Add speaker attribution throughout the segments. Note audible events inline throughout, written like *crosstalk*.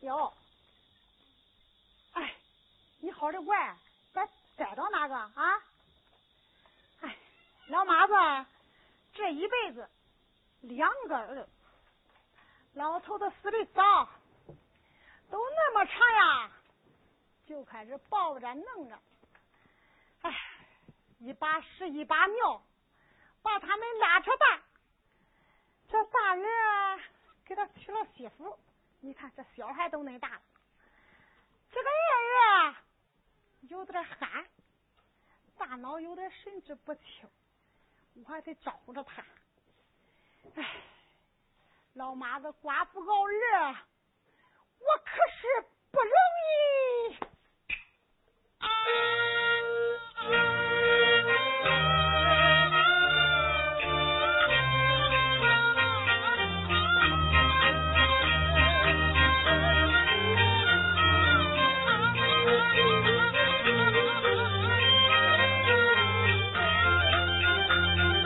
Speaker 1: 小。哎，你好的怪，咱逮着哪个啊？哎，老妈子这一辈子两个儿子，老头子死的早，都那么长呀，就开始抱着弄着，哎，一把屎一把尿，把他们拉扯大。这大人儿给他娶了媳妇，你看这小孩都恁大了。这个二人儿有点憨，大脑有点神志不清，我还得照顾着他。哎，老妈子寡妇熬儿，我可是不容易。
Speaker 2: Thank you.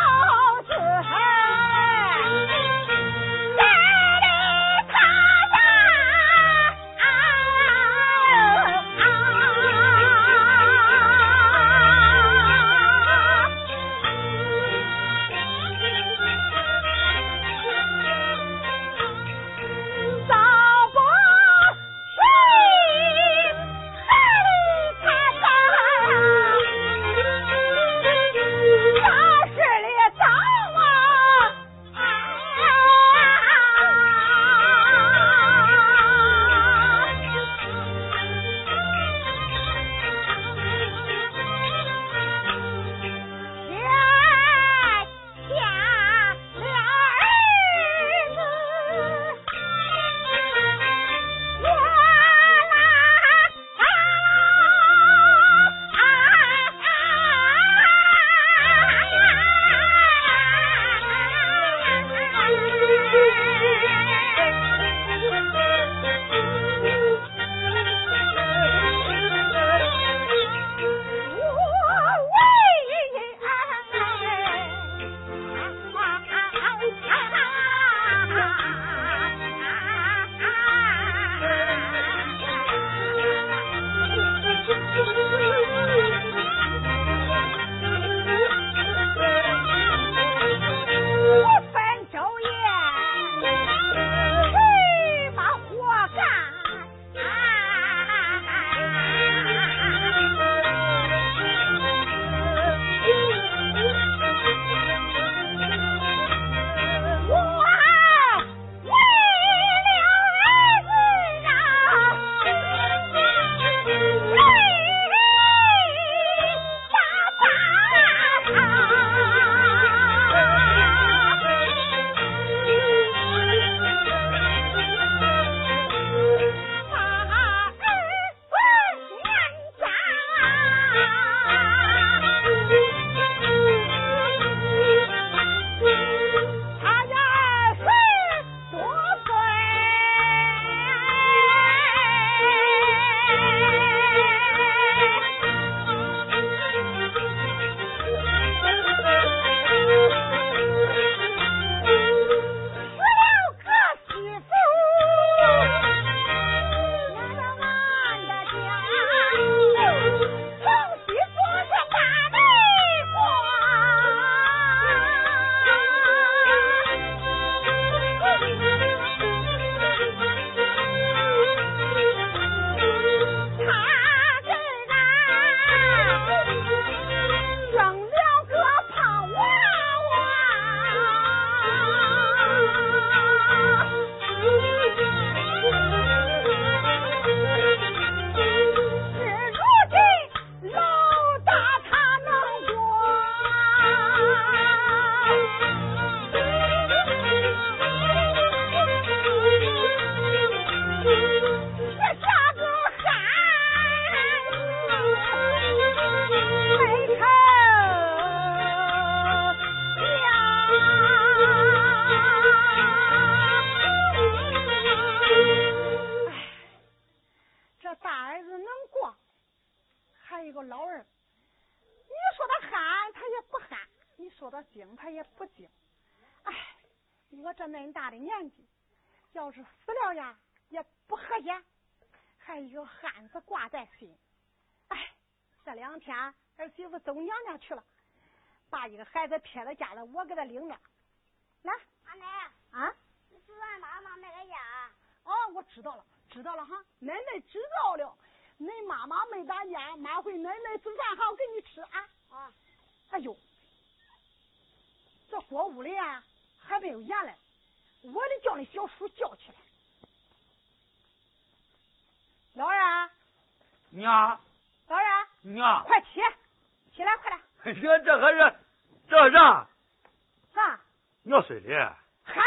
Speaker 2: 啊啊
Speaker 1: 哎哎说他精，他也不精。哎，我这恁大的年纪，要是死了呀，也不和谐，还有汉子挂在心。哎，这两天儿媳妇走娘家去了，把一个孩子撇在家了，我给他领着。来
Speaker 2: 阿奶，
Speaker 1: 啊，
Speaker 2: 你去俺妈妈那个家，
Speaker 1: 哦，我知道了，知道了哈，奶奶知道了。恁妈妈没咱家，妈回奶奶煮饭好给你吃啊。
Speaker 2: 啊，
Speaker 1: 哎呦，这锅屋里啊还没有盐嘞，我得叫那小叔叫起来。老二啊，
Speaker 3: 娘
Speaker 1: 老二啊，
Speaker 3: 娘，
Speaker 1: 快起，起来快点
Speaker 3: 这这还是这啥
Speaker 1: 啊！
Speaker 3: 尿水里？
Speaker 1: 喊，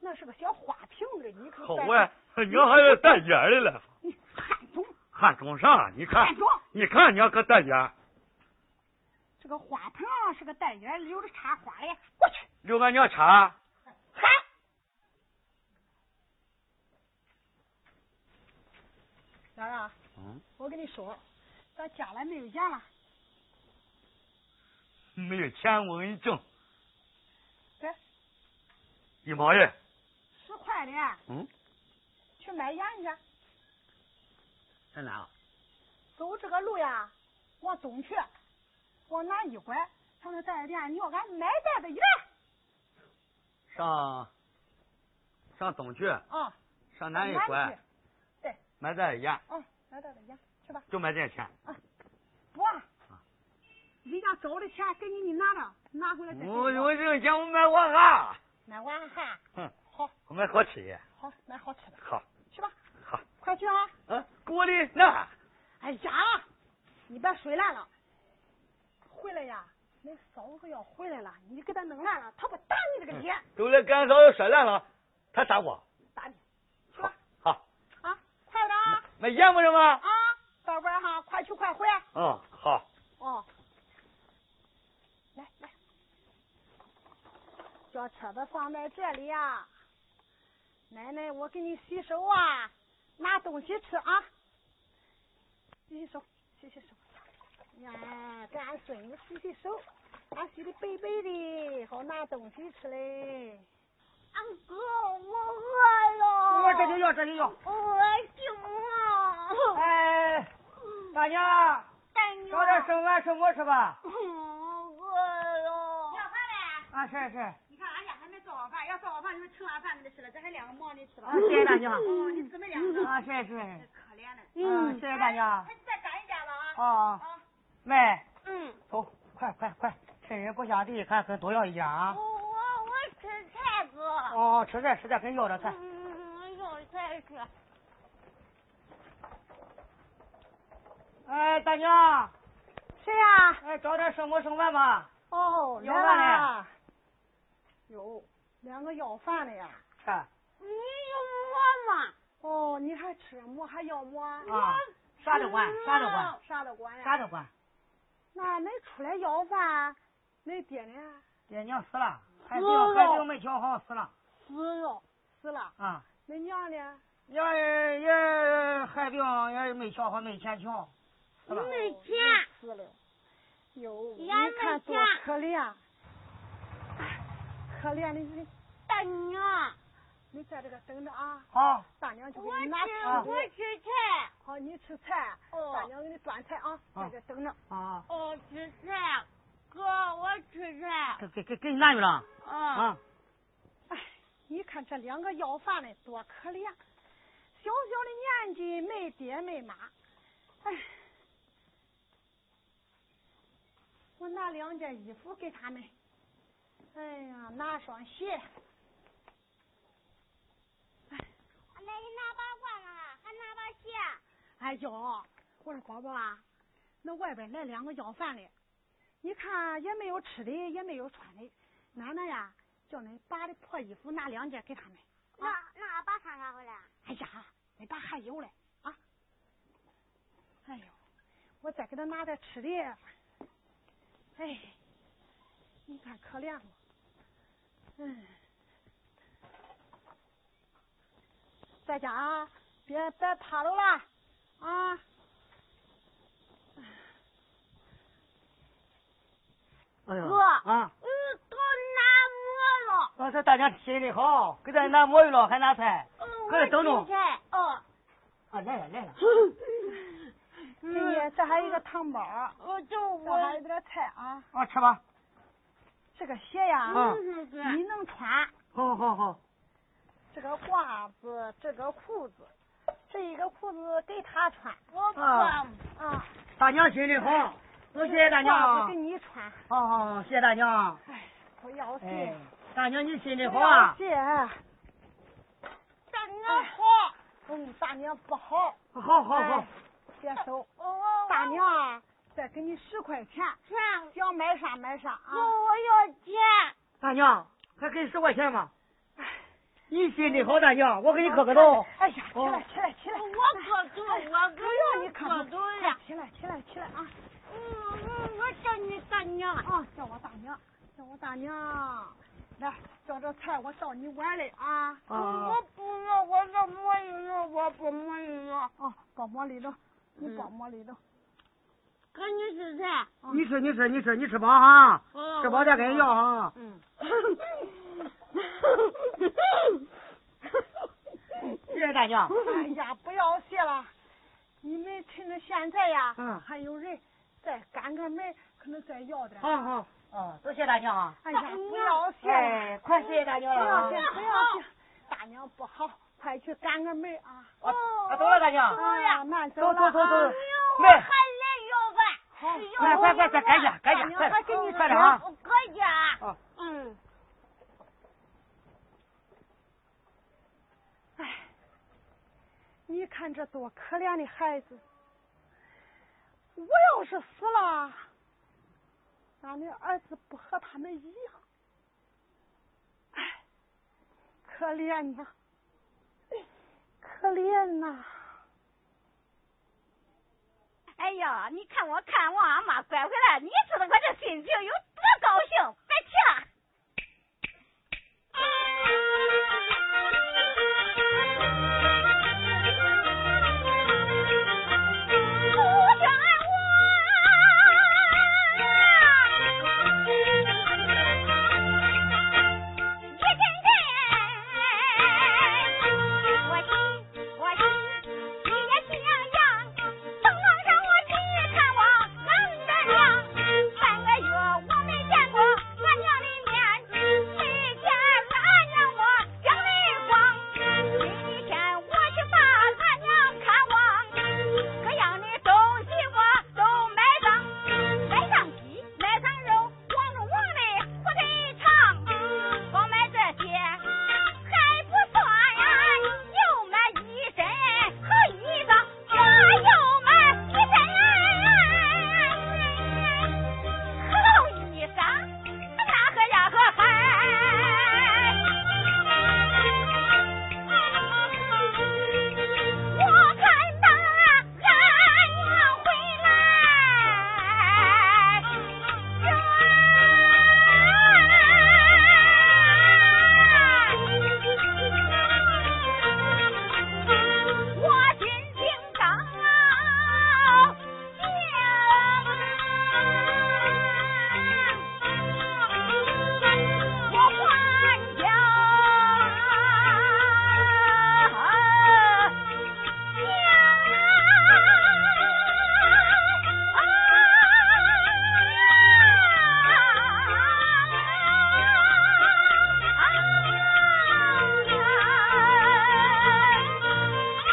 Speaker 1: 那是个小花瓶子，你可
Speaker 3: 好
Speaker 1: 别
Speaker 3: 哎，娘还是带尖儿的了，
Speaker 1: 你看中
Speaker 3: 汗中上，你看
Speaker 1: 看，中，
Speaker 3: 你看娘可带尖儿，
Speaker 1: 这个花瓶啊是个带眼儿留着插花嘞，过去
Speaker 3: 留俺娘插。
Speaker 1: 喊。老二啊，
Speaker 3: 嗯，
Speaker 1: 我跟你说，咱家里没有盐了。
Speaker 3: 没有钱我给你挣
Speaker 1: 对，
Speaker 3: 一毛一。
Speaker 1: 十块的
Speaker 3: 嗯，
Speaker 1: 去买盐去。
Speaker 3: 在哪？
Speaker 1: 走这个路呀，往东去，往南一拐，他那袋店，你要俺买袋子一袋。
Speaker 3: 上上东去，
Speaker 1: 啊，
Speaker 3: 上
Speaker 1: 往
Speaker 3: 南一拐
Speaker 1: 去，
Speaker 3: 买点盐，
Speaker 1: 啊，买袋子盐去吧。
Speaker 3: 就买这钱。
Speaker 1: 不，
Speaker 3: 啊
Speaker 1: 人家找的钱给你，你拿着，拿回来再给
Speaker 3: 我我这个钱我买我哈，
Speaker 1: 买完哈，
Speaker 3: 哼，
Speaker 1: 好
Speaker 3: 我买好吃的。
Speaker 1: 好买好吃的，
Speaker 3: 好，
Speaker 1: 去吧，
Speaker 3: 好，
Speaker 1: 快去啊！
Speaker 3: 啊，锅里那
Speaker 1: 哎呀，你别水烂了，回来呀，那嫂子要回来了，你给他弄烂了，他不打你这个脸，
Speaker 3: 都来干嫂子摔烂了，他打我。
Speaker 1: 打你
Speaker 3: 好，好，嗯
Speaker 1: 啊！快点啊！
Speaker 3: 买盐不是吗？
Speaker 1: 啊，宝贝儿哈，快去快回。
Speaker 3: 嗯，好，
Speaker 1: 哦，来来，叫车子放在这里呀、奶奶，我给你洗手啊，拿东西吃啊。洗洗手，洗洗手。呀，给俺孙子洗洗手，俺洗的白白的，好拿东西吃嘞。
Speaker 2: 俺哥，我饿了，
Speaker 3: 要，这就要。
Speaker 2: 我醒了，
Speaker 3: 哎，大娘，
Speaker 2: 带你
Speaker 3: 剩饭剩啊馍吃吧。
Speaker 2: 嗯，饿了，
Speaker 1: 饭嘞？
Speaker 3: 啊，是是。
Speaker 1: 你看俺家还没做好饭，要做好饭你们吃完饭给他吃了，这还两个馍你吃吧
Speaker 3: 啊，谢谢大娘。
Speaker 1: 哦，你姊妹俩呢
Speaker 3: 啊，是是。
Speaker 1: 可怜了。
Speaker 3: 嗯，谢谢大娘。
Speaker 1: 快哎再赶一家了啊！
Speaker 3: 啊
Speaker 1: 啊，
Speaker 3: 妹，
Speaker 2: 嗯，
Speaker 3: 走，快快快，趁人不下地，看可多要一点
Speaker 2: 我
Speaker 3: 啊。
Speaker 2: 我我吃菜哥，
Speaker 3: 哦，吃这吃这，跟要这菜。
Speaker 2: 嗯，有菜吃，
Speaker 3: 哎，大娘，
Speaker 1: 谁呀、
Speaker 3: 哎，找点生馍剩饭吧。
Speaker 1: 哦，
Speaker 3: 要
Speaker 1: 来
Speaker 3: 饭
Speaker 1: 啦！有两个要饭的呀。
Speaker 3: 吃。
Speaker 2: 你有馍吗？
Speaker 1: 哦，你还吃馍还要馍？
Speaker 3: 啊，啥都管，啥都管，
Speaker 1: 啥都管呀。
Speaker 3: 啥都管。
Speaker 1: 那恁出来要饭，恁爹呢？
Speaker 3: 爹娘死了，孩子
Speaker 1: 死了
Speaker 3: 孩子没教好死了
Speaker 1: 死了，死了。
Speaker 3: 啊。
Speaker 1: 恁娘呢？
Speaker 3: 也也害病，也没瞧好，没钱瞧，死了。
Speaker 2: 没钱
Speaker 1: 哦死了。哟，你
Speaker 2: 也没
Speaker 1: 看多
Speaker 2: 钱
Speaker 1: 可怜，哎可怜的你，
Speaker 2: 大娘，
Speaker 1: 你在这个等着啊，
Speaker 3: 好，
Speaker 1: 大娘就给
Speaker 2: 我
Speaker 1: 你
Speaker 2: 吃
Speaker 1: 拿
Speaker 3: 啊
Speaker 1: 吃
Speaker 2: 我
Speaker 1: 的。
Speaker 2: 吃菜，
Speaker 1: 好，你吃菜，
Speaker 2: 哦
Speaker 1: 大娘给你端菜啊，在这等着。
Speaker 3: 啊，
Speaker 2: 哦，吃菜，哥，我吃菜，
Speaker 3: 给给给给你拿去了
Speaker 2: 嗯，
Speaker 3: 啊。
Speaker 1: 哎，你看这两个要饭的多可怜，小小的年纪没爹没妈，哎，我拿两件衣服给他们，哎呀，拿双鞋，
Speaker 2: 俺那你拿把罐子，还拿把鞋，
Speaker 1: 哎呦，我说宝宝啊，那外边来两个要饭的，你看也没有吃的，也没有穿的，奶奶呀，叫恁把的破衣服拿两件给他们。
Speaker 2: 那那俺爸啥啥回来？
Speaker 1: 哎呀，你爸还有嘞啊！哎呦，我再给他拿点吃的。哎，你看可怜我。嗯，在家啊，别别趴着了嗯啊！
Speaker 3: 哎
Speaker 2: 嗯
Speaker 3: 说大娘心里好，给咱拿馍去了，还拿菜。快点等等。
Speaker 2: 嗯菜
Speaker 1: *laughs*
Speaker 2: 哦，
Speaker 3: 啊，来了来了。
Speaker 1: 哎呀，这还有一个汤包，
Speaker 2: 我嗯哦就
Speaker 1: 这还有点菜啊。
Speaker 3: 啊，吃吧。
Speaker 1: 这个鞋呀，
Speaker 3: 嗯
Speaker 1: 你能穿。
Speaker 3: 好好好。
Speaker 1: 这个褂子，这个裤子，这一个裤子给他穿
Speaker 2: 我不
Speaker 3: 啊
Speaker 1: 啊。
Speaker 3: 大娘心里好，我谢谢大娘
Speaker 1: 褂
Speaker 3: 啊
Speaker 1: 子给。你穿，
Speaker 3: 好好好，谢谢大娘。啊
Speaker 1: 哎，不要谢，
Speaker 3: 哎，大娘你心
Speaker 1: 不
Speaker 3: 里好
Speaker 1: 要
Speaker 3: 啊。
Speaker 1: 谢，
Speaker 2: 大娘
Speaker 1: 哎
Speaker 2: 好，
Speaker 1: 嗯，大娘不好，
Speaker 3: 好好好
Speaker 1: 哎。别
Speaker 3: 哦
Speaker 1: 收。
Speaker 2: 我我
Speaker 1: 大娘啊，再给你十块钱，
Speaker 2: 钱，
Speaker 1: 想买啥买啥
Speaker 2: 我
Speaker 1: 啊。
Speaker 3: 哦
Speaker 2: 我要钱，
Speaker 3: 大娘，还给十块钱吗？
Speaker 1: 哎
Speaker 3: 你心里好，大娘，我给你磕个头。哦
Speaker 1: 哎呀，起来起来起来！
Speaker 2: 我可多，
Speaker 1: 哎
Speaker 3: 啊
Speaker 2: 我
Speaker 1: 不要你
Speaker 2: 可
Speaker 1: 磕
Speaker 2: 多，可
Speaker 1: 头哎
Speaker 2: 多呀！
Speaker 1: 起来起来起来啊！
Speaker 2: 嗯嗯，我叫你大娘，
Speaker 1: 啊，叫我大娘，叫我大娘，来，叫这菜我到你碗里啊。
Speaker 3: 啊
Speaker 2: 我不要，我怎么要？我不没要，
Speaker 1: 哦，包馍里头，你
Speaker 2: 嗯
Speaker 1: 包馍里头。
Speaker 2: 给你哦吃菜，
Speaker 3: 你吃你吃你吃你吃饱哈，
Speaker 2: 我
Speaker 3: 吃饱再给人要啊。
Speaker 1: 嗯，
Speaker 3: 嗯谢谢大娘。
Speaker 1: 哎呀，不要谢了，你们趁着现在呀，
Speaker 3: 嗯
Speaker 1: 还有人再赶个门，可能再要点。
Speaker 3: 好好。哦，多谢大娘啊。
Speaker 1: 哎呀，不要谢了，
Speaker 3: 哎，快谢谢大
Speaker 1: 不
Speaker 3: 娘了
Speaker 1: 要
Speaker 3: 啊
Speaker 1: 谢，。不要谢，大娘不好，快去赶个门啊！
Speaker 3: 啊啊，走了，大娘。
Speaker 1: 啊，慢走了
Speaker 3: 走走走
Speaker 1: 啊
Speaker 3: 走
Speaker 2: 我
Speaker 3: 妹
Speaker 2: 还得要饭。
Speaker 1: 好，
Speaker 3: 快快快，咱赶紧赶紧，快
Speaker 1: 还给你
Speaker 3: 点快点啊！
Speaker 2: 我可家，
Speaker 3: 啊
Speaker 2: 嗯，
Speaker 1: 哎，你看这多可怜的孩子！我要是死了，俺的儿子不和他们一样，哎，可怜呐，可怜呐！
Speaker 2: 哎呀，你看我看望俺妈拐回来，你知道我这心情有多高兴，别提了。哎不想爱我。一阵阵，我心我心我心也喜洋洋。从网上我去看望俺的娘，半个月我没见过俺娘的面，今天俺娘我想的慌。今天我去把俺娘看望，各样的东西我都买上，买上鸡，买上肉，光着王的火腿肠。光买这些还不算呀，又买一身好衣裳，我又买一身好衣裳，那个呀个还。我看到俺娘回来，这我心情高兴。哎我还要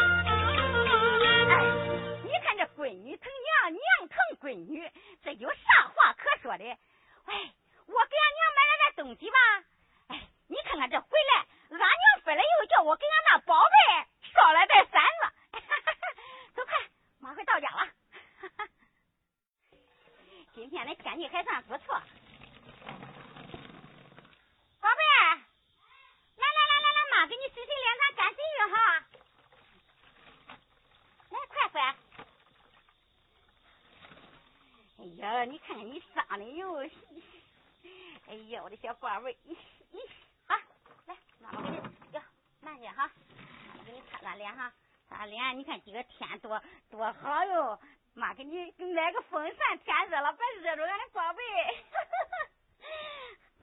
Speaker 2: 哎，你看这闺女疼娘，娘疼闺女，这有啥话可说的？哎，我给俺娘买了点东西吧。哎，你看看这回来，俺娘回来又叫我给俺那宝贝捎来袋馓子。 *laughs* 走快，马快到家了。 *laughs* 今天的天气还算不错。宝贝儿，来来来来来，妈给你洗洗脸，咱干洗浴哈。啊来，快快！哎呀，你看看你长的哟！哎呀，我的小瓜味儿！咦咦，好，来，妈妈给你，哟，慢点哈，妈妈给你擦擦脸哈，擦擦脸。你看今个天多多好哟，妈给你买个风扇，天热 *laughs* 了别热着俺的宝贝。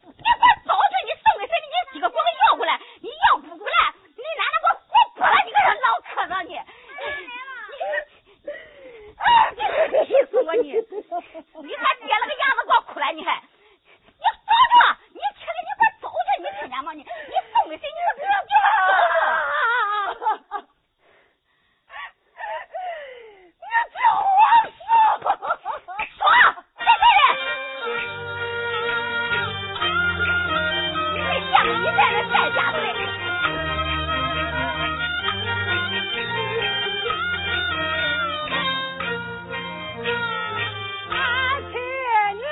Speaker 2: 给我走去！你送给谁？你今个给我要回来，你要不回来，你奶奶给我滚出来！你个老磕碜你！哎，你气死我你！你还憋了个牙子给我哭来，你还？你走着，你起来，你给我走去，你听见吗？你你送给谁？你你你给我走去！你叫我说吧， *laughs* 说谁谁人？你这像一代人在家对。
Speaker 1: 俺替你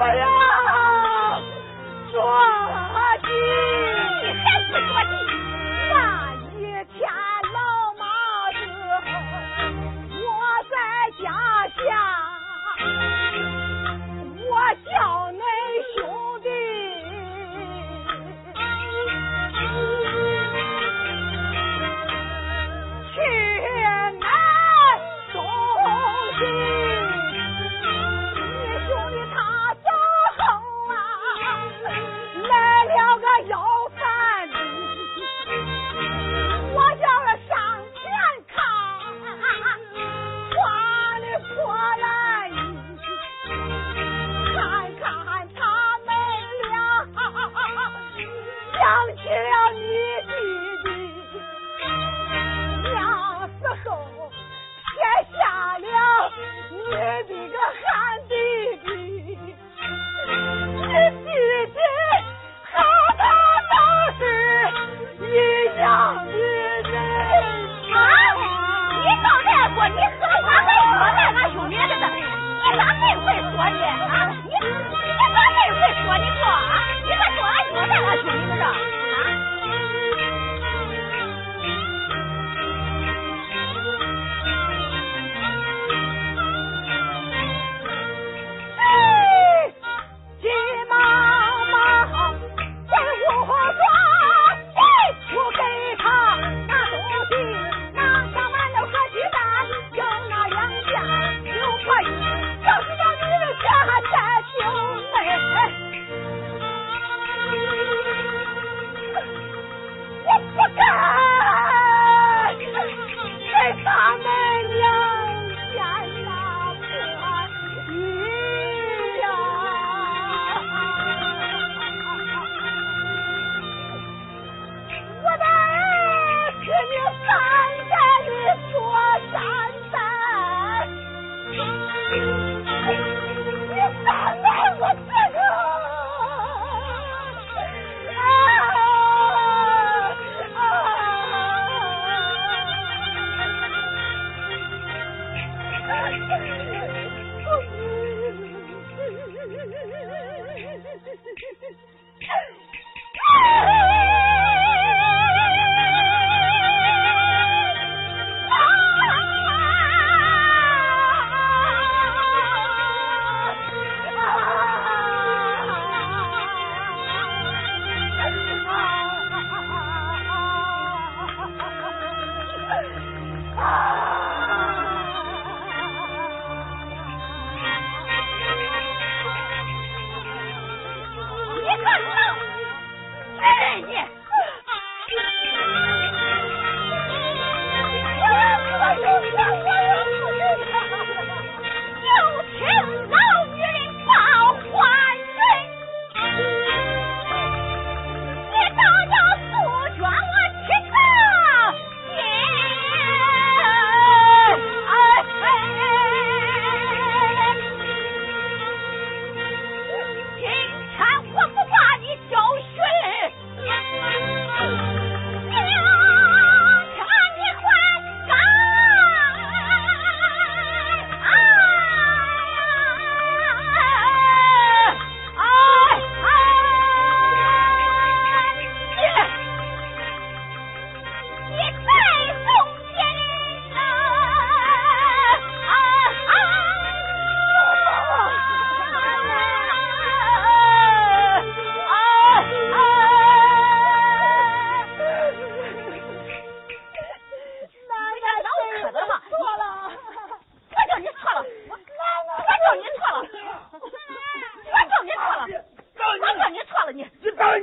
Speaker 1: 哎
Speaker 2: 啊啊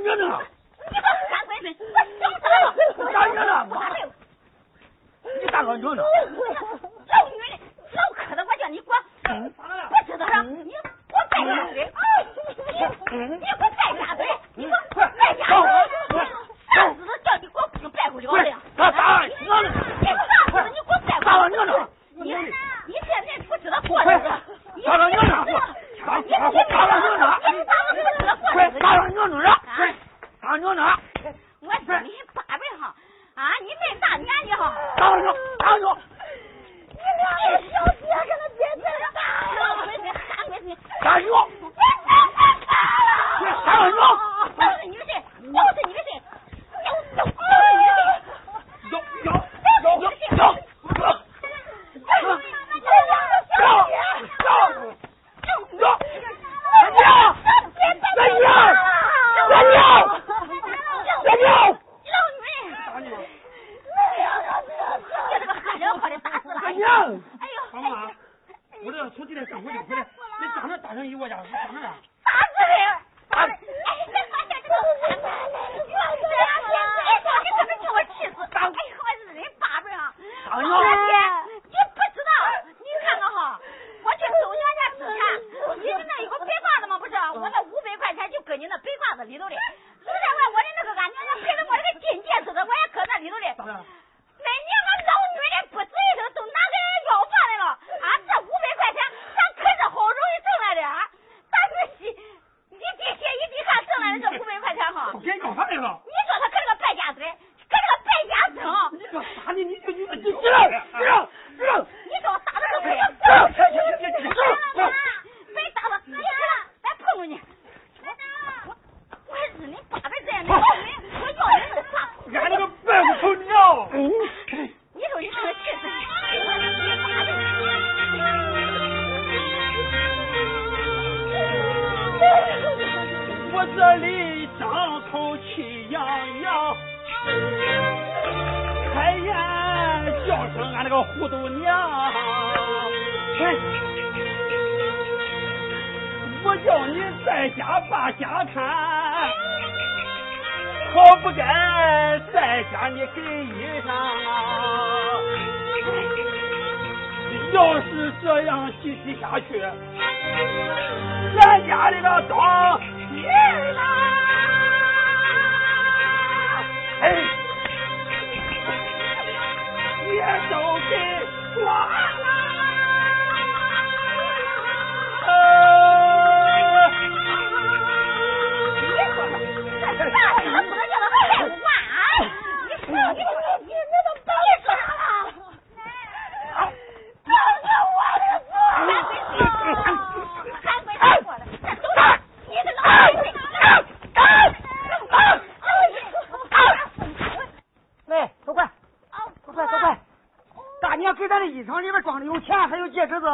Speaker 3: 人，我整死了！
Speaker 2: 打人了妈
Speaker 3: 哎呦
Speaker 2: 你大哥 *laughs* 娘娘，
Speaker 3: 老女人，老磕的，我叫你滚！不知道了，你不再下嘴！你你不再下嘴！你给我再下嘴！上次都叫你给我不白不了了呀！你上次你给我白不了了！你你现在不知道过日子，你你你你不知道过日子！
Speaker 2: 大娘娘，
Speaker 3: 我说你八辈哈，啊，你们大年纪哈，
Speaker 2: 大娘大娘，
Speaker 3: 你俩小姐跟他别别打了，喊闺女喊闺女，
Speaker 2: 大娘，
Speaker 3: 别别别打了，都是女的，都是女的，都都都是女的，
Speaker 2: 有有有有有，大娘，我这要出去了，赶快赶回来，你打算打上一窝家，你打上了？
Speaker 3: 哎呦，你不知道，你看看哈，我去收你家资产，你那有个白褂子吗？不是，我那五百块钱就搁你那白褂子里头嘞。实在话，我的那个俺娘娘配的我那个金戒指的，我也搁那里头嘞。
Speaker 2: 咋了？
Speaker 3: 那你们老女人不吱一声，都拿给人要饭来了啊！这五百块钱，咱可是好容易挣来的啊！咱是洗一滴血一滴汗挣来的这五百块钱哈，
Speaker 2: 别要饭来了！
Speaker 3: 你说他可是个败家子，可是个败家子啊！
Speaker 2: 你这啥呢？你就你你知道知道知道。
Speaker 3: 你说我打他都不行。别打了，别打了，别碰着你！我我日你八辈子也没要人，我要人是啥？
Speaker 2: 俺那个白骨头尿，
Speaker 3: 你说你这个气死！
Speaker 2: 我这里张口气扬扬，开眼叫声俺那个糊涂娘，我叫你在家把家看，好不该在家你给衣裳啊。要是这样继续下去，咱家里的刀劈了。哎，也都给啊刮了。来，走快，走快，走快！大娘给咱的衣裳里边装的有钱，还有戒指子，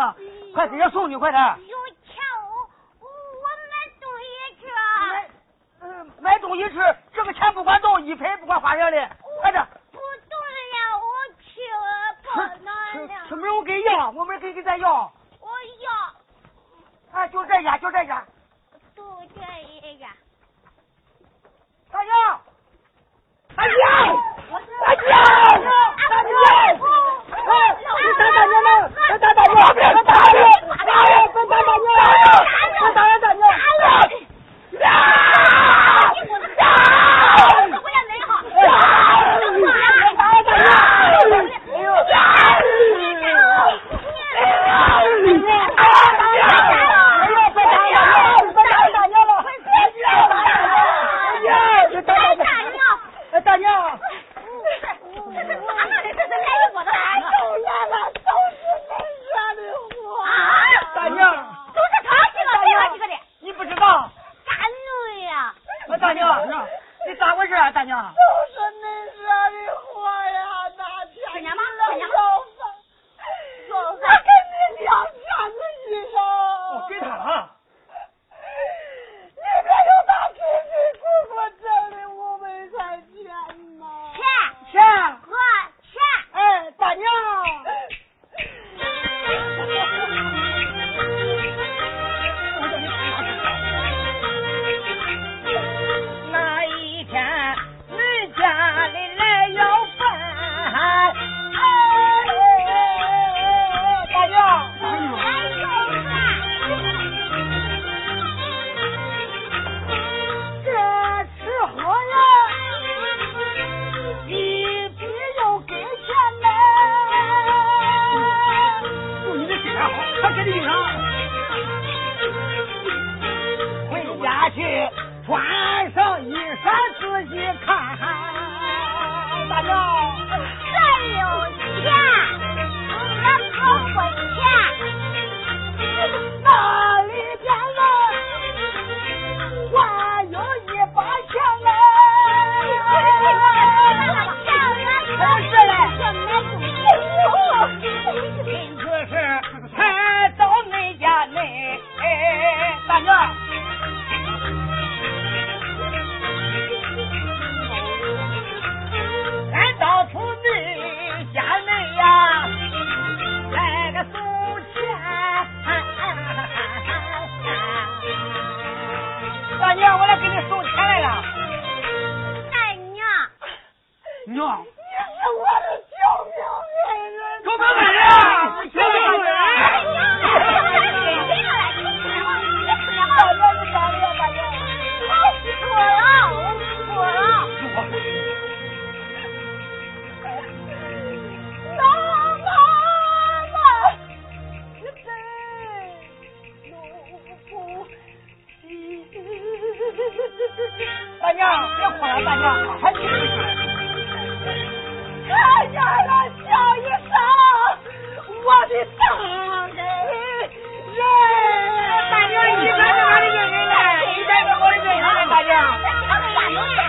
Speaker 2: 快给人送去，快点！
Speaker 4: 有钱我我买东西去，
Speaker 2: 买，嗯，买东西吃，这个钱不管动，一分不管花样的，快点！
Speaker 4: 不动了我去不能
Speaker 2: 吃吃
Speaker 4: 了，
Speaker 2: 没有给要，我们给给咱要，
Speaker 4: 我要
Speaker 2: 哎，就这家，就这家。
Speaker 4: 都这一样。
Speaker 2: 大娘，大娘，大娘，大娘，哎，咱大娘们，咱打大娘，咱打大娘，大人，咱打大娘，咱打人大娘。哎大娘，大娘，你不知道，我大娘，你咋回事啊，大娘？
Speaker 1: 就是恁惹的祸呀！那天你来要饭，我给你两件子衣
Speaker 2: 我
Speaker 1: 裳，
Speaker 2: 哦给他了。
Speaker 1: 你这又咋辛辛苦苦挣的五百块钱呢？
Speaker 2: 钱，哎，大娘，
Speaker 3: 我
Speaker 2: 大娘，
Speaker 5: 这有钱，咱讨婚钱。
Speaker 2: 那里边来还有一把枪哎！
Speaker 4: 今子是才到恁家内，哎，大娘，俺到出恁家内呀，来个送钱。大娘，我来给你送钱来了。娘，
Speaker 2: 你是我的救命恩人，
Speaker 4: 救命恩人救命恩人
Speaker 2: 大娘，你大娘，大娘。老妈妈，你真不急。
Speaker 4: 大娘，别哭了，大娘，还记得。
Speaker 2: 看见了叫一声，我的大恩人。
Speaker 4: 大娘，你才是俺的恩人嘞，你才是我的恩人嘞，大娘。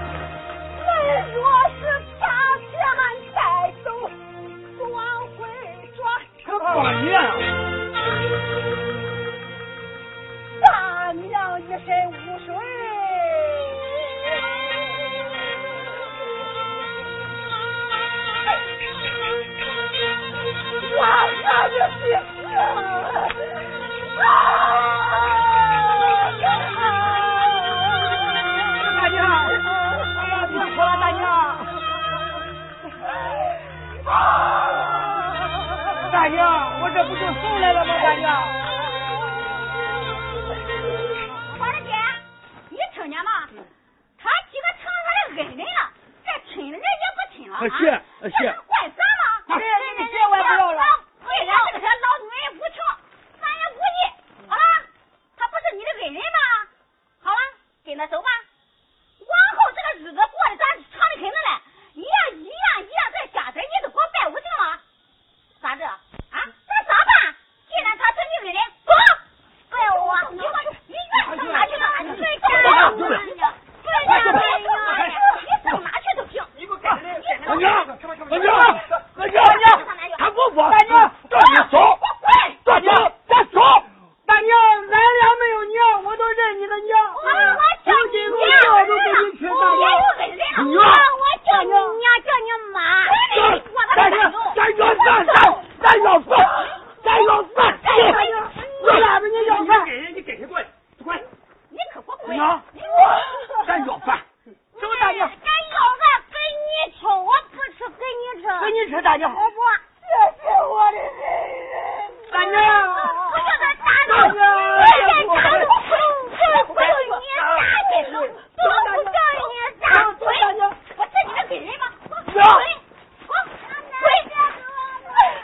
Speaker 2: 人若是把钱带走，不往回转。
Speaker 4: 可不一样。
Speaker 2: 大娘一身污水，我看着你死
Speaker 4: 大娘，哎呀，别哭了，大娘。大娘，我这不就送来了吗？大娘，
Speaker 3: 花大姐，你听见吗？
Speaker 4: 嗯
Speaker 3: 他几个成俺的恩人了，这亲的人也不亲了啊！
Speaker 4: 是是
Speaker 3: 这能怪咱吗？
Speaker 4: 是你哎这我也不要了
Speaker 3: 为了这个老女人无情，咱也无义。好了，他不是你的恩人吗？好了，跟他走吧。往后这个日子过得咱长的很着嘞，你要一样一样在家宅，你都给我拜五行了。咋着？啊？那咋办？既然他是你恩人，走。哎呦我，你我你愿意上哪去上哪去，对家对呀，对呀，你上哪去都行。
Speaker 2: 你给我干这个！
Speaker 4: 大娘，大
Speaker 2: 哎
Speaker 4: 娘，大娘，大娘，
Speaker 3: 哎
Speaker 4: 他不服。大娘，
Speaker 3: 大娘
Speaker 4: 大娘，咱走。大娘，咱俩没有娘，我都认你的娘。
Speaker 3: 我我叫
Speaker 4: 有
Speaker 3: 你
Speaker 4: 几口孝都给你娶，大
Speaker 3: 娘，啊我
Speaker 4: 娘。
Speaker 3: 有恩人了，我叫你娘，叫你妈，我的
Speaker 4: 大娘，咱要饭，咱咱要饭，咱要饭。我拉着你要饭。
Speaker 3: 你可不会。
Speaker 4: 娘，咱要饭。
Speaker 3: 走大娘，咱要饭给你吃，我不吃给你吃。
Speaker 4: 给你吃，大娘。
Speaker 3: 我不。
Speaker 2: 这是我的恩人。
Speaker 4: 大娘，
Speaker 3: 我叫他打你，我也打你，我叫你打你，我叫你打滚，我是你的鬼人吗？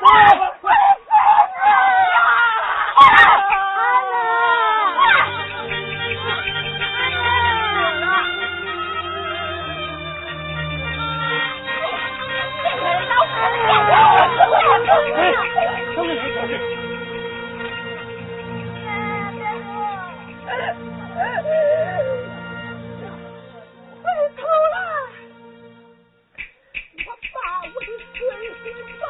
Speaker 3: 滚，滚，滚！
Speaker 2: 回头来，我把我的孙子找，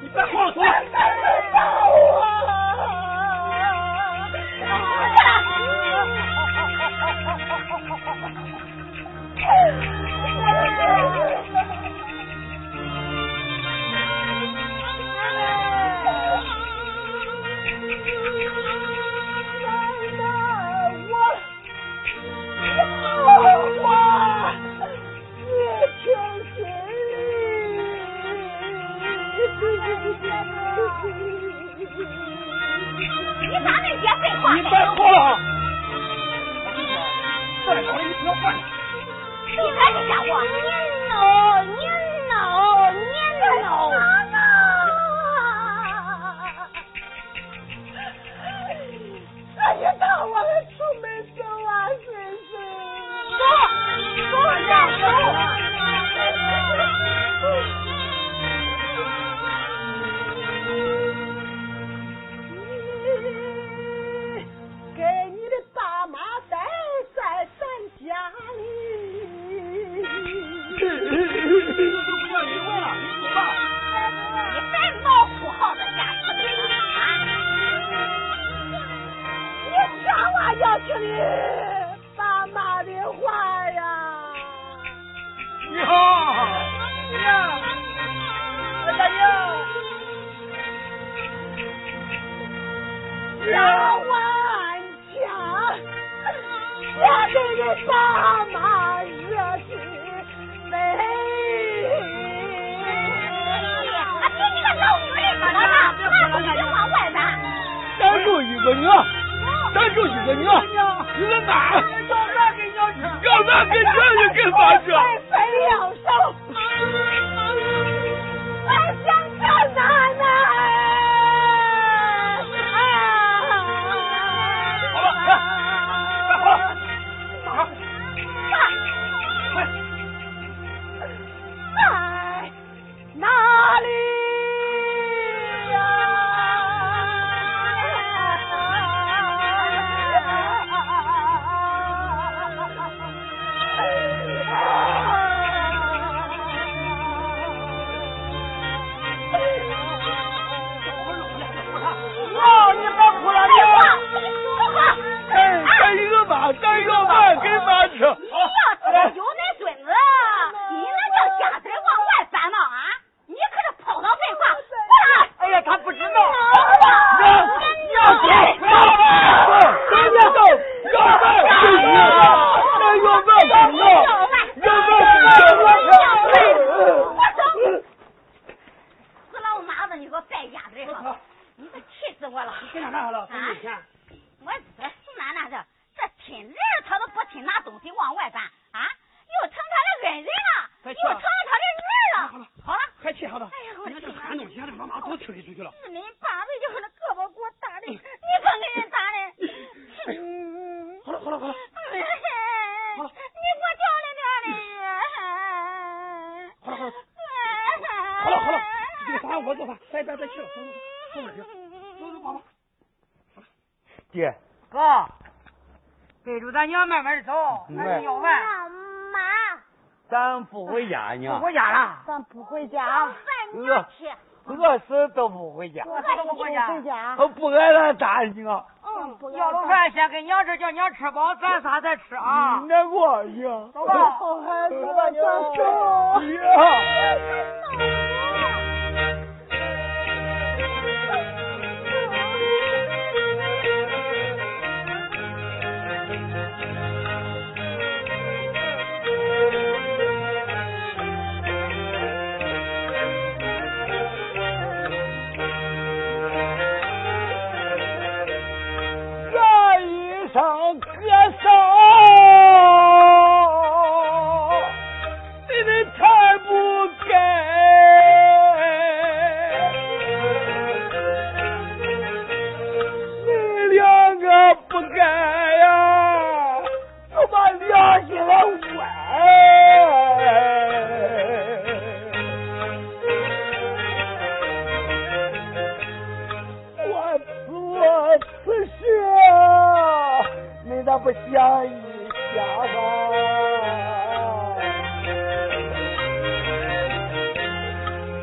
Speaker 4: 你别晃
Speaker 2: 我孙子找啊！
Speaker 3: 你咋那些废话
Speaker 4: 你别
Speaker 3: 呢？
Speaker 4: 哭了。再找你不要饭。
Speaker 3: 你赶紧吓我！你闹，你闹，你闹！
Speaker 2: 哎呀，大我的出门走万岁！
Speaker 4: 这个大马也是美。
Speaker 6: 俺给你个老女人，俺不许往外搬。
Speaker 3: 咱就一个娘，咱就一个娘，一个奶，
Speaker 4: 要那给娘吃，
Speaker 3: 要那给娘也给咱吃。
Speaker 4: 非要收。俺想看奶奶。
Speaker 3: 好了，快，快好了，好，快。
Speaker 4: 在哪里呀？哦，你别哭了，别哭了。
Speaker 3: 哎，咱一个妈，咱一个饭给妈吃。
Speaker 2: 要是有那孙子，你那叫家子往外搬闹啊！你可是跑到废话，不
Speaker 3: 哎呀，他不知道。娘，娘走，娘走，咱娘走，娘走，真是，咱要饭不要，要饭不要，
Speaker 2: 死老妈子，你给我败家子儿！你可气死我了！
Speaker 3: 给哪拿了？
Speaker 2: 啊！我这是哪哪的，这亲人儿他都不亲，拿东西往外搬啊！又成他的恩人了，又成了他的女儿了。好了，
Speaker 3: 快去好了。
Speaker 2: 哎呀，我
Speaker 3: 你
Speaker 2: 的
Speaker 3: 这
Speaker 2: 天
Speaker 3: 喊东西，俺这妈妈都听得出去了。
Speaker 2: 四邻八辈就是那胳膊给我打的，你可给人打的。
Speaker 3: 好了好了好了，
Speaker 2: 你给我叫来点的。
Speaker 3: 好了好了，好了好了，你给饭我做饭，别别别去了，走走走，走走走，爹，
Speaker 4: 哥，背着咱娘慢慢走，俺要饭。
Speaker 7: 咱不回家
Speaker 4: 不
Speaker 7: 呢，
Speaker 4: 回家了，
Speaker 1: 咱不回家，
Speaker 7: 饿饿死都不回家，
Speaker 4: 我知道不回家。嗯
Speaker 1: 回家，嗯
Speaker 7: 我不挨咱打呢，
Speaker 4: 要了饭先给娘吃，叫娘吃饱，咱仨再吃啊。
Speaker 7: 难过呢。
Speaker 4: 走吧，哎好孩子，咱娘走。
Speaker 7: 呀，这一声咳嗽，你的太不该，你两个不该呀、怎么良心了歪？我做此事，你咋不想一想啊？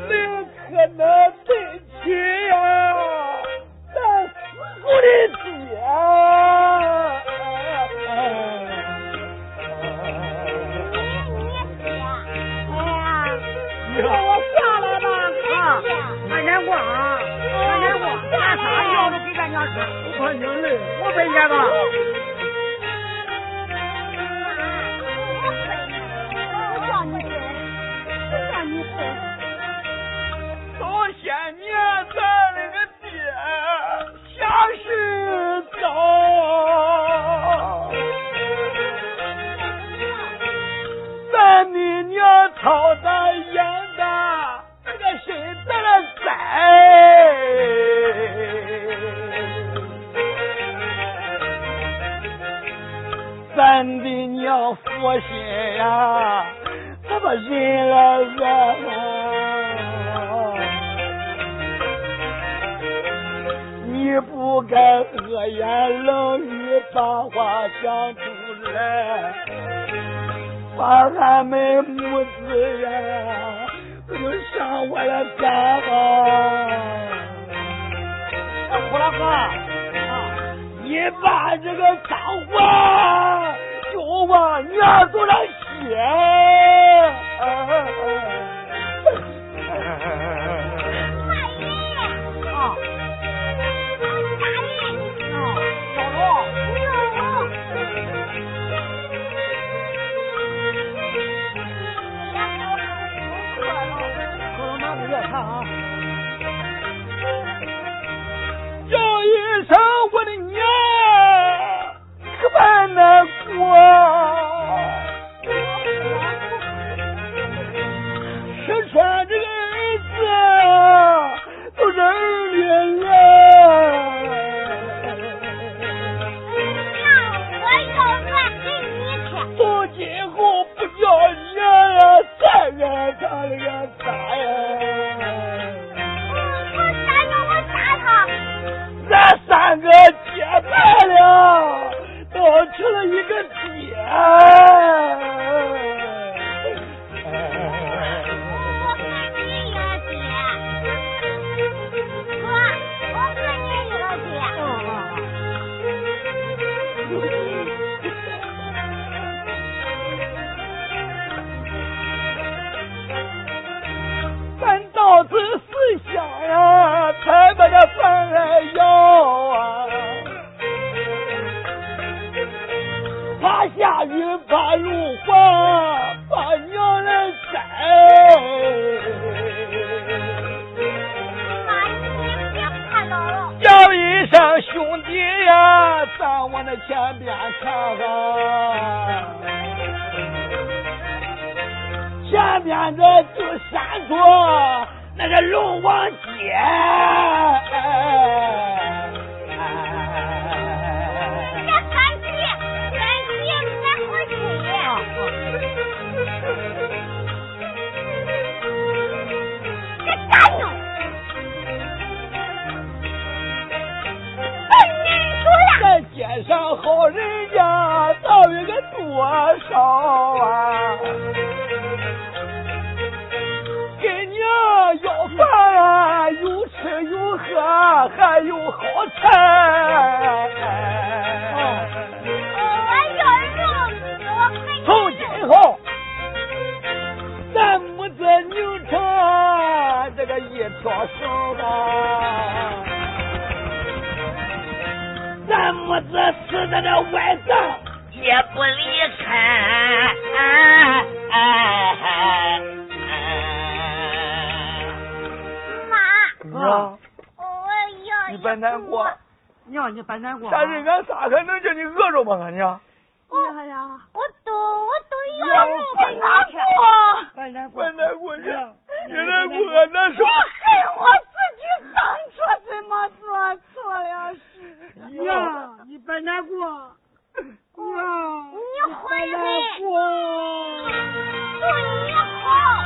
Speaker 7: 你可能对起呀、咱死过的啊爹。
Speaker 4: 给我下来吧，啊，慢点过啊，慢点过，咱仨要着给咱娘吃。
Speaker 7: 我怕你累。
Speaker 4: 我背家吧，
Speaker 1: 不叫你背，不叫你背，
Speaker 7: 早些年咱那个爹下世早，咱的娘操咱养大，那个身咱了栽。咱的娘佛心呀、他把人来俺啊！你不该恶言冷语把话讲出来，把俺们母子呀，不就上我了干吗？胡老哥，你把这个脏话就往娘头上写。
Speaker 4: 啊，
Speaker 2: 大爷，
Speaker 4: 小龙，
Speaker 2: 我
Speaker 7: 呀，他那个打呀，
Speaker 2: 我杀要我杀他，
Speaker 7: 咱三个结拜了，都成了一个爹。
Speaker 2: 我跟你一个爹，哥，我跟你一个爹。
Speaker 7: 咱到底是想呀，才把这饭来要啊！怕下雨，怕路滑，怕娘来晒。
Speaker 2: 妈，你别看到了，
Speaker 7: 叫一声兄弟呀，咱往那前边看啊！前边这就山坡，那个龙王街。
Speaker 2: 这三七，三七俺不七。这大牛，本人出来，
Speaker 7: 在街上好人家到底个多少啊？给娘要饭啊，有吃有喝，还有好菜。
Speaker 2: 俺要肉，我给你。
Speaker 7: 从今后，咱母子牛成这个一条绳啊！咱母子死在这外帐也不离开。
Speaker 2: 妈，
Speaker 7: 娘，
Speaker 2: 我要
Speaker 7: 你别难过，
Speaker 4: 娘，你别难过啊。
Speaker 7: 但是俺仨还能叫你啊饿着吗？俺娘，
Speaker 1: 哎呀，
Speaker 2: 我都我都要肉给俺
Speaker 4: 哇，
Speaker 7: 别难过，别难过，啊娘，别难过，难受
Speaker 4: 我。恨我自己当初怎么做错了事。
Speaker 7: 娘，
Speaker 1: 你别难过，嗯娘，
Speaker 2: 你回
Speaker 1: 别难
Speaker 2: 来，
Speaker 1: 过。
Speaker 2: 祝你好。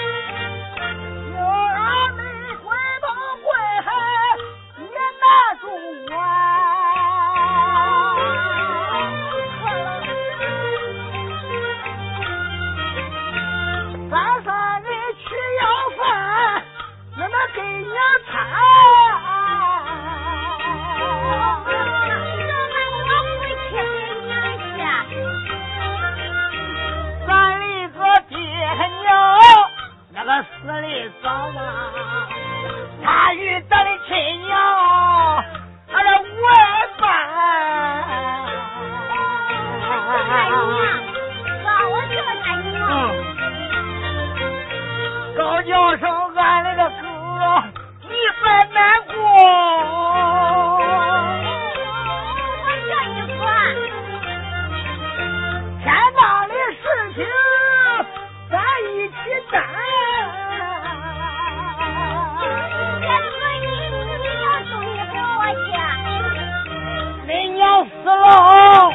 Speaker 4: 女儿没回头跪，也难住我。咱三人去要饭，那么给娘馋。咱一个爹娘，那个死的早啊！他与咱的亲娘，俺这无儿般。高叫声俺那个哥，你别难过。天大的事情，咱一起担。你娘死了，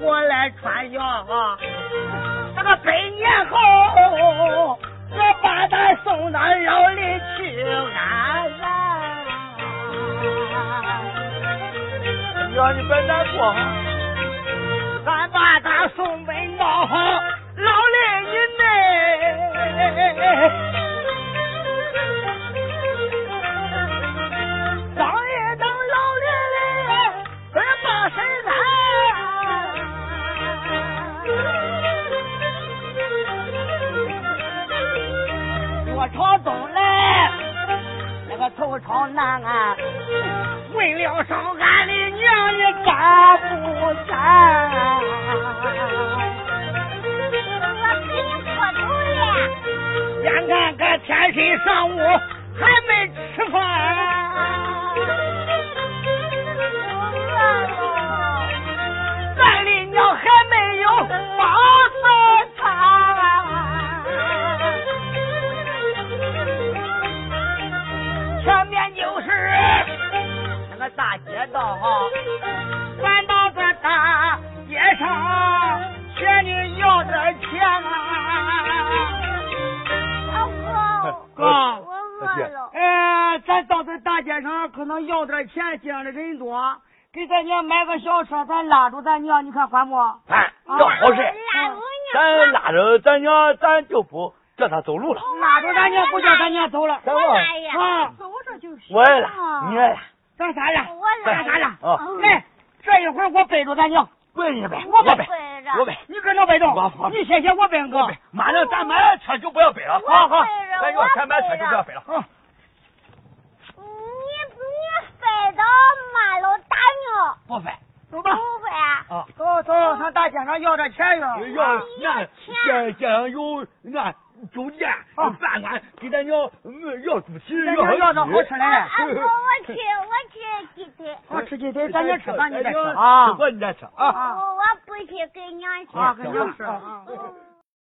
Speaker 4: 我来传药啊。那个百年后，我把他送到老里去安葬。
Speaker 7: 娘，你别难过啊。
Speaker 4: 俺把他送奔到老人以内，当一当老人嘞，俺把身啊安。我朝东来，那个头朝南啊，问了声俺的娘，你敢不敢？眼看看天黑上午，还没吃啊饭，咱的娘还没有饱早啊餐。前面就是那个大街传道哈，传到这大街上，学你要点钱啊！
Speaker 7: 啊
Speaker 4: 哥，
Speaker 2: 我饿了。
Speaker 4: 哎，咱到这大街上可能要点钱，街上的人多，给咱娘买个小车，咱拉住咱娘，你看管不？
Speaker 7: 哎，这好事，嗯
Speaker 2: 拉住
Speaker 7: 咱拉着咱娘，咱就不叫他走路了。
Speaker 4: 拉住咱娘不叫咱娘走了，
Speaker 2: 哦
Speaker 7: 咱忘了，
Speaker 4: 啊，
Speaker 1: 走着就是。
Speaker 7: 我也拉，你也拉，
Speaker 4: 咱
Speaker 7: 哎
Speaker 4: 仨了，
Speaker 2: 我
Speaker 4: 咱
Speaker 2: 来
Speaker 4: 仨了，
Speaker 7: 啊，
Speaker 2: 嗯
Speaker 4: 来，哎这一会儿我背着咱娘，
Speaker 7: 背你呗，
Speaker 4: 我
Speaker 7: 我
Speaker 4: 背
Speaker 7: 背，
Speaker 2: 跪着，
Speaker 7: 我背，
Speaker 4: 你搁那背
Speaker 7: 我
Speaker 4: 着
Speaker 7: 放，
Speaker 4: 你先先我背哥
Speaker 7: 我。背。马上咱买了车就不要背了，好好，咱要钱买车就不要背了。啊
Speaker 2: 你你摔倒马路打尿，
Speaker 7: 不背，
Speaker 4: 走吧，
Speaker 2: 不会啊？
Speaker 7: 啊，
Speaker 4: 走走，上大街上啊要点钱去。
Speaker 7: 要那街街上有那酒店、饭馆，给咱要嗯要猪蹄，
Speaker 4: 啊咱娘要
Speaker 7: 要
Speaker 4: 到好吃来，
Speaker 2: 啊，
Speaker 7: *laughs*
Speaker 2: 我我吃我吃鸡腿，
Speaker 4: 我吃鸡腿，咱娘吃吧，你再吃
Speaker 7: 哎吃
Speaker 4: 啊
Speaker 7: 过你再吃
Speaker 2: 我
Speaker 7: 啊。
Speaker 2: 我不去给娘吃。
Speaker 1: 嗯
Speaker 4: 啊，跟娘吃啊。
Speaker 2: 我